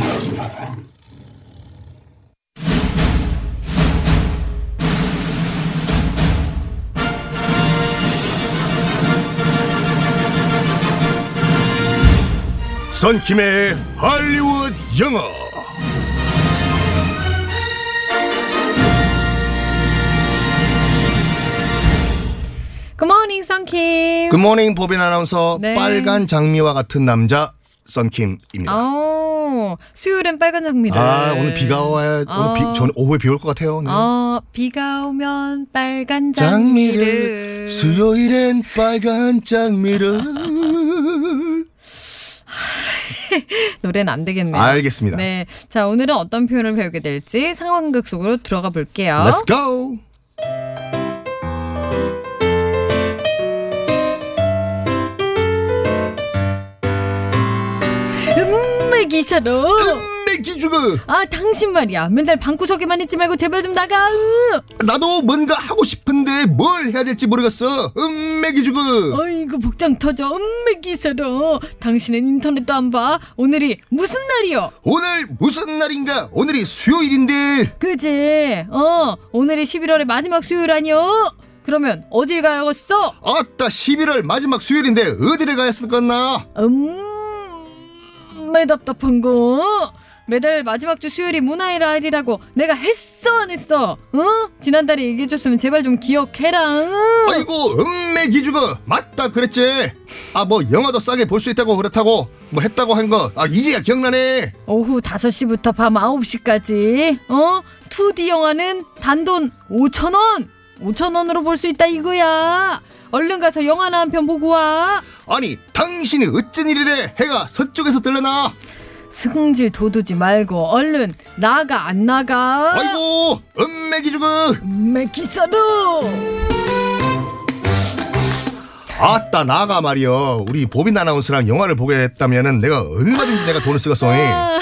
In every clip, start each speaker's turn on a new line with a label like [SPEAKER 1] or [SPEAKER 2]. [SPEAKER 1] 사람.
[SPEAKER 2] 선킴의 할리우드 영어
[SPEAKER 3] Good morning, Sunkim.
[SPEAKER 2] 굿모닝 보빈 아나운서
[SPEAKER 3] 네.
[SPEAKER 2] 빨간 장미와 같은 남자 선킴입니다
[SPEAKER 3] 어, 수요일엔 빨간 장미를.
[SPEAKER 2] 아 오늘 비가 와야
[SPEAKER 3] 네. 아.
[SPEAKER 2] 오늘 비, 전 오후에 비 올 것 같아요 오늘
[SPEAKER 3] 어, 비가 오면 빨간
[SPEAKER 2] 장미를
[SPEAKER 3] 장미를.
[SPEAKER 2] 수요일엔 빨간 장미를
[SPEAKER 3] 노래는 안 되겠네요.
[SPEAKER 2] 알겠습니다
[SPEAKER 3] 네. 자, 오늘은 어떤 표현을 배우게 될지 상황극 속으로 들어가 볼게요.
[SPEAKER 2] Let's
[SPEAKER 3] 어.
[SPEAKER 2] go
[SPEAKER 3] 음메 기사로.
[SPEAKER 2] 맥기주그
[SPEAKER 3] 아, 당신 말이야. 맨날 방구석에만 있지 말고 제발 좀 나가. 으.
[SPEAKER 2] 나도 뭔가 하고 싶은데 뭘 해야 될지 모르겠어 음 맥기주그
[SPEAKER 3] 어이구, 복장 터져. 음메 기사로. 당신은 인터넷도 안 봐. 오늘이 무슨 날이요?
[SPEAKER 2] 오늘 무슨 날인가 오늘이 수요일인데
[SPEAKER 3] 그지? 어, 오늘이 11월의 마지막 수요일 아니요? 그러면 어딜 가야겠어?
[SPEAKER 2] 아따 11월 마지막 수요일인데 어디를 가야 했었겠나
[SPEAKER 3] 음, 매 답답한 거. 매달 마지막 주 수요일이 문화의 날이라고 내가 했어 안 했어? 어? 지난달에 얘기해줬으면 제발 좀 기억해라. 응?
[SPEAKER 2] 아이고 음메 기주가 맞다 그랬지 아 뭐 영화도 싸게 볼 수 있다고 그렇다고 뭐 했다고 한 거 아 이제야 기억나네
[SPEAKER 3] 오후 5시부터 밤 9시까지 어? 2D 영화는 단돈 5천원! 5천원으로 볼 수 있다 이거야. 얼른 가서 영화나 한 편 보고 와.
[SPEAKER 2] 아니 당신이 어쩐 일이래 해가 서쪽에서 들려나
[SPEAKER 3] 승질 도두지 말고 얼른 나가 안 나가.
[SPEAKER 2] 아이고 음메 기주가
[SPEAKER 3] 맥기사도.
[SPEAKER 2] 아따 나가 말이여 우리 보빈 아나운서랑 영화를 보겠다면은 내가 얼마든지 내가 돈을 쓰겠소니
[SPEAKER 3] 아.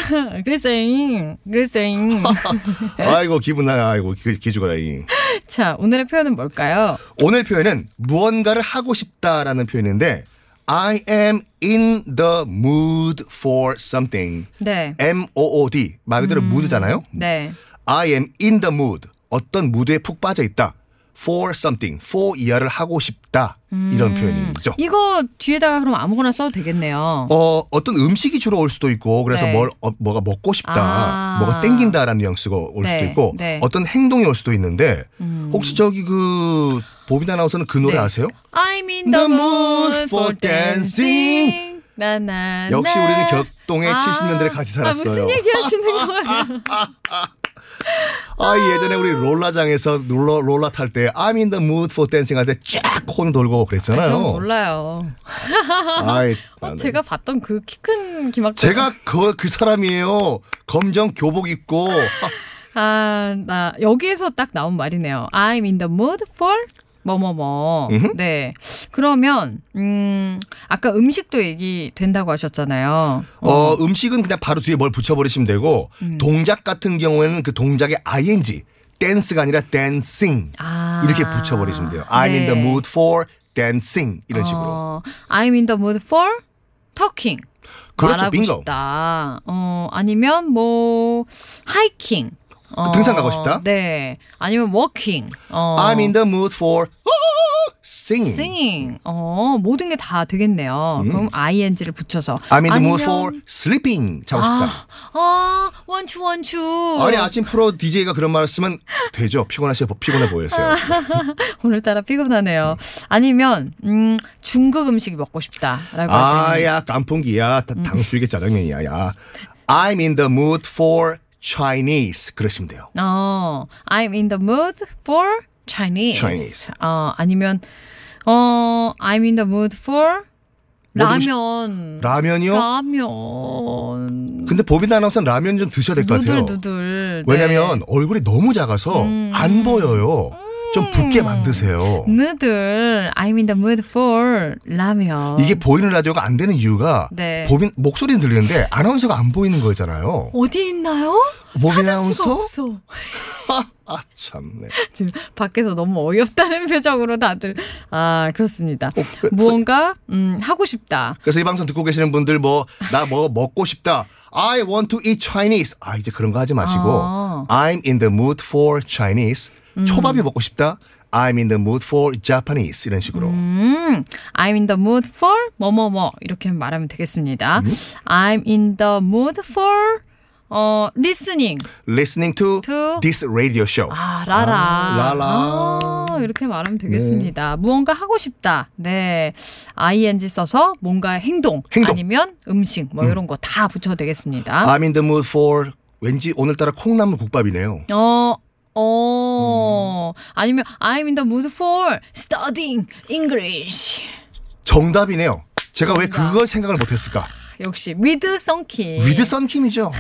[SPEAKER 3] 그랬어잉. 그랬어잉.
[SPEAKER 2] 아이고 기분 나 아이고 기- 기죽어라잉
[SPEAKER 3] 자 오늘의 표현은 뭘까요?
[SPEAKER 2] 오늘 표현은 무언가를 하고 싶다라는 표현인데 I am in the mood for something.
[SPEAKER 3] 네.
[SPEAKER 2] MOOD 말 그대로
[SPEAKER 3] 음.
[SPEAKER 2] 무드잖아요.
[SPEAKER 3] 네.
[SPEAKER 2] I am in the mood. 어떤 무드에 푹 빠져 있다. for something. for 이하를 하고 싶다.
[SPEAKER 3] 음.
[SPEAKER 2] 이런 표현이죠.
[SPEAKER 3] 이거 뒤에다가 그럼 아무거나 써도 되겠네요.
[SPEAKER 2] 어, 어떤 음식이 주로 올 수도 있고 그래서
[SPEAKER 3] 네.
[SPEAKER 2] 뭘 어, 뭐가 먹고 싶다.
[SPEAKER 3] 아.
[SPEAKER 2] 뭐가 땡긴다라는 뉘앙스가 올 수도
[SPEAKER 3] 네,
[SPEAKER 2] 있고
[SPEAKER 3] 네.
[SPEAKER 2] 어떤 행동이 올 수도 있는데
[SPEAKER 3] 음.
[SPEAKER 2] 혹시 저기 그 보빈 아나운서는 그 노래
[SPEAKER 3] 네.
[SPEAKER 2] 아세요?
[SPEAKER 3] I'm in the,
[SPEAKER 2] The mood for dancing.
[SPEAKER 3] 나나.
[SPEAKER 2] 역시 우리는 격동의 70년대를 같이 살았어요.
[SPEAKER 3] 아, 무슨 얘기 하시는 거예요?
[SPEAKER 2] 아 예전에 우리 롤라장에서 롤러 롤라 탈 때 I'm in the mood for dancing 할 때 쫙 혼 돌고
[SPEAKER 3] 아,
[SPEAKER 2] 그랬잖아요.
[SPEAKER 3] 전 몰라요.
[SPEAKER 2] 아이,
[SPEAKER 3] 어,
[SPEAKER 2] 나는.
[SPEAKER 3] 제가 봤던 그 키 큰 기막.
[SPEAKER 2] 제가 그, 그 사람이에요. 검정 교복 입고
[SPEAKER 3] 아, 나 여기에서 딱 나온 말이네요. I'm in the mood for 뭐뭐뭐.
[SPEAKER 2] 음흠.
[SPEAKER 3] 네. 그러면 음, 아까 음식도 얘기 된다고 하셨잖아요.
[SPEAKER 2] 어, 음식은 그냥 바로 뒤에 뭘 붙여버리시면 되고
[SPEAKER 3] 음.
[SPEAKER 2] 동작 같은 경우에는 그 동작에 ing 댄스가 아니라 dancing
[SPEAKER 3] 아.
[SPEAKER 2] 이렇게 붙여버리시면 돼요. I'm in
[SPEAKER 3] 네.
[SPEAKER 2] the mood for dancing 이런 식으로.
[SPEAKER 3] 어, I'm in the mood for talking.
[SPEAKER 2] 그렇죠,
[SPEAKER 3] 말하고
[SPEAKER 2] 빙고.
[SPEAKER 3] 싶다. 어, 아니면 뭐 하이킹. 어,
[SPEAKER 2] 등산 가고 싶다?
[SPEAKER 3] 네. 아니면 워킹. 어.
[SPEAKER 2] I'm in the mood for 어, singing.
[SPEAKER 3] singing. 어, 모든 게 다 되겠네요. 그럼 ing를 붙여서
[SPEAKER 2] I'm in 음. the mood
[SPEAKER 3] 아니면-
[SPEAKER 2] for sleeping. 자고 싶다.
[SPEAKER 3] 아, 원추 원추.
[SPEAKER 2] 아니 아침 프로 DJ가 그런 말을 쓰면 되죠. 피곤하시고 피곤해 보였어요.
[SPEAKER 3] 오늘따라 피곤하네요. 아니면 음, 중국 음식 먹고 싶다라고 할 때.
[SPEAKER 2] 아야 깐풍기야
[SPEAKER 3] 음.
[SPEAKER 2] 다- 당수육에 짜장면이야. 야. I'm in the mood for Chinese. 그러시면 돼요.
[SPEAKER 3] 어, I'm in the mood for Chinese.
[SPEAKER 2] Chinese.
[SPEAKER 3] 어, 아니면 어, I'm in the mood for
[SPEAKER 2] 뭐
[SPEAKER 3] 라면.
[SPEAKER 2] 라면이요?
[SPEAKER 3] 아. 라면.
[SPEAKER 2] 근데 보빈 아나운서는 라면 좀 드셔야 될 것 같아요.
[SPEAKER 3] 누들 음. 누들. 네.
[SPEAKER 2] 왜냐면 얼굴이 너무 작아서 안 보여요. 좀 붓게 만드세요.
[SPEAKER 3] 네. 누들. I'm in the mood for 라면.
[SPEAKER 2] 이게 보이는 라디오가 안 되는 이유가
[SPEAKER 3] 네.
[SPEAKER 2] 보빈 목소리는 들리는데 아나운서가 안 보이는 거잖아요.
[SPEAKER 3] 어디 있나요?
[SPEAKER 2] 보빈
[SPEAKER 3] 찾을 수가
[SPEAKER 2] 아나운서?
[SPEAKER 3] 없어.
[SPEAKER 2] 아 참네.
[SPEAKER 3] 지금 밖에서 너무 어이없다는 표정으로 다들 아 그렇습니다.
[SPEAKER 2] 어, 그-
[SPEAKER 3] 무언가 음, 하고 싶다.
[SPEAKER 2] 그래서 이 방송 듣고 계시는 분들 뭐 나 뭐 먹고 싶다. I want to eat Chinese. 아 이제 그런 거 하지 마시고
[SPEAKER 3] 아. 음.
[SPEAKER 2] I'm in the mood for Chinese. 초밥이 먹고 싶다. I'm in the mood for Japanese 이런 식으로.
[SPEAKER 3] 음, I'm in the mood for 뭐뭐뭐 이렇게 말하면 되겠습니다.
[SPEAKER 2] 음?
[SPEAKER 3] I'm in the mood for 어 listening
[SPEAKER 2] Listening to,
[SPEAKER 3] to
[SPEAKER 2] this radio show.
[SPEAKER 3] 아 라라
[SPEAKER 2] 아, 라라. 네.
[SPEAKER 3] 아, 이렇게 말하면 되겠습니다. 무언가 하고 싶다. 네, ing 써서 뭔가 행동,
[SPEAKER 2] 행동.
[SPEAKER 3] 아니면 음식 뭐 이런 거 다 붙여도 되겠습니다.
[SPEAKER 2] I'm in the mood for 왠지 오늘따라 콩나물 국밥이네요.
[SPEAKER 3] 어, 어, 아니면 I'm in the mood for studying English.
[SPEAKER 2] 정답이네요. 제가 왜 그걸 생각을 못했을까?
[SPEAKER 3] 역시 with 썬킴.
[SPEAKER 2] 위드 썬킴이죠.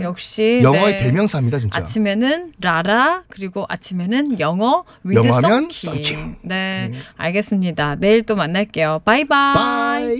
[SPEAKER 3] 역시
[SPEAKER 2] 영어의
[SPEAKER 3] 예. 아. 네.
[SPEAKER 2] 대명사입니다 진짜.
[SPEAKER 3] 아침에는 라라 그리고 아침에는 영어 with
[SPEAKER 2] 영어하면 음.
[SPEAKER 3] 썬킴.
[SPEAKER 2] 썬킴.
[SPEAKER 3] 네, 알겠습니다. 내일 또 만날게요. 바이바이.
[SPEAKER 2] 바이.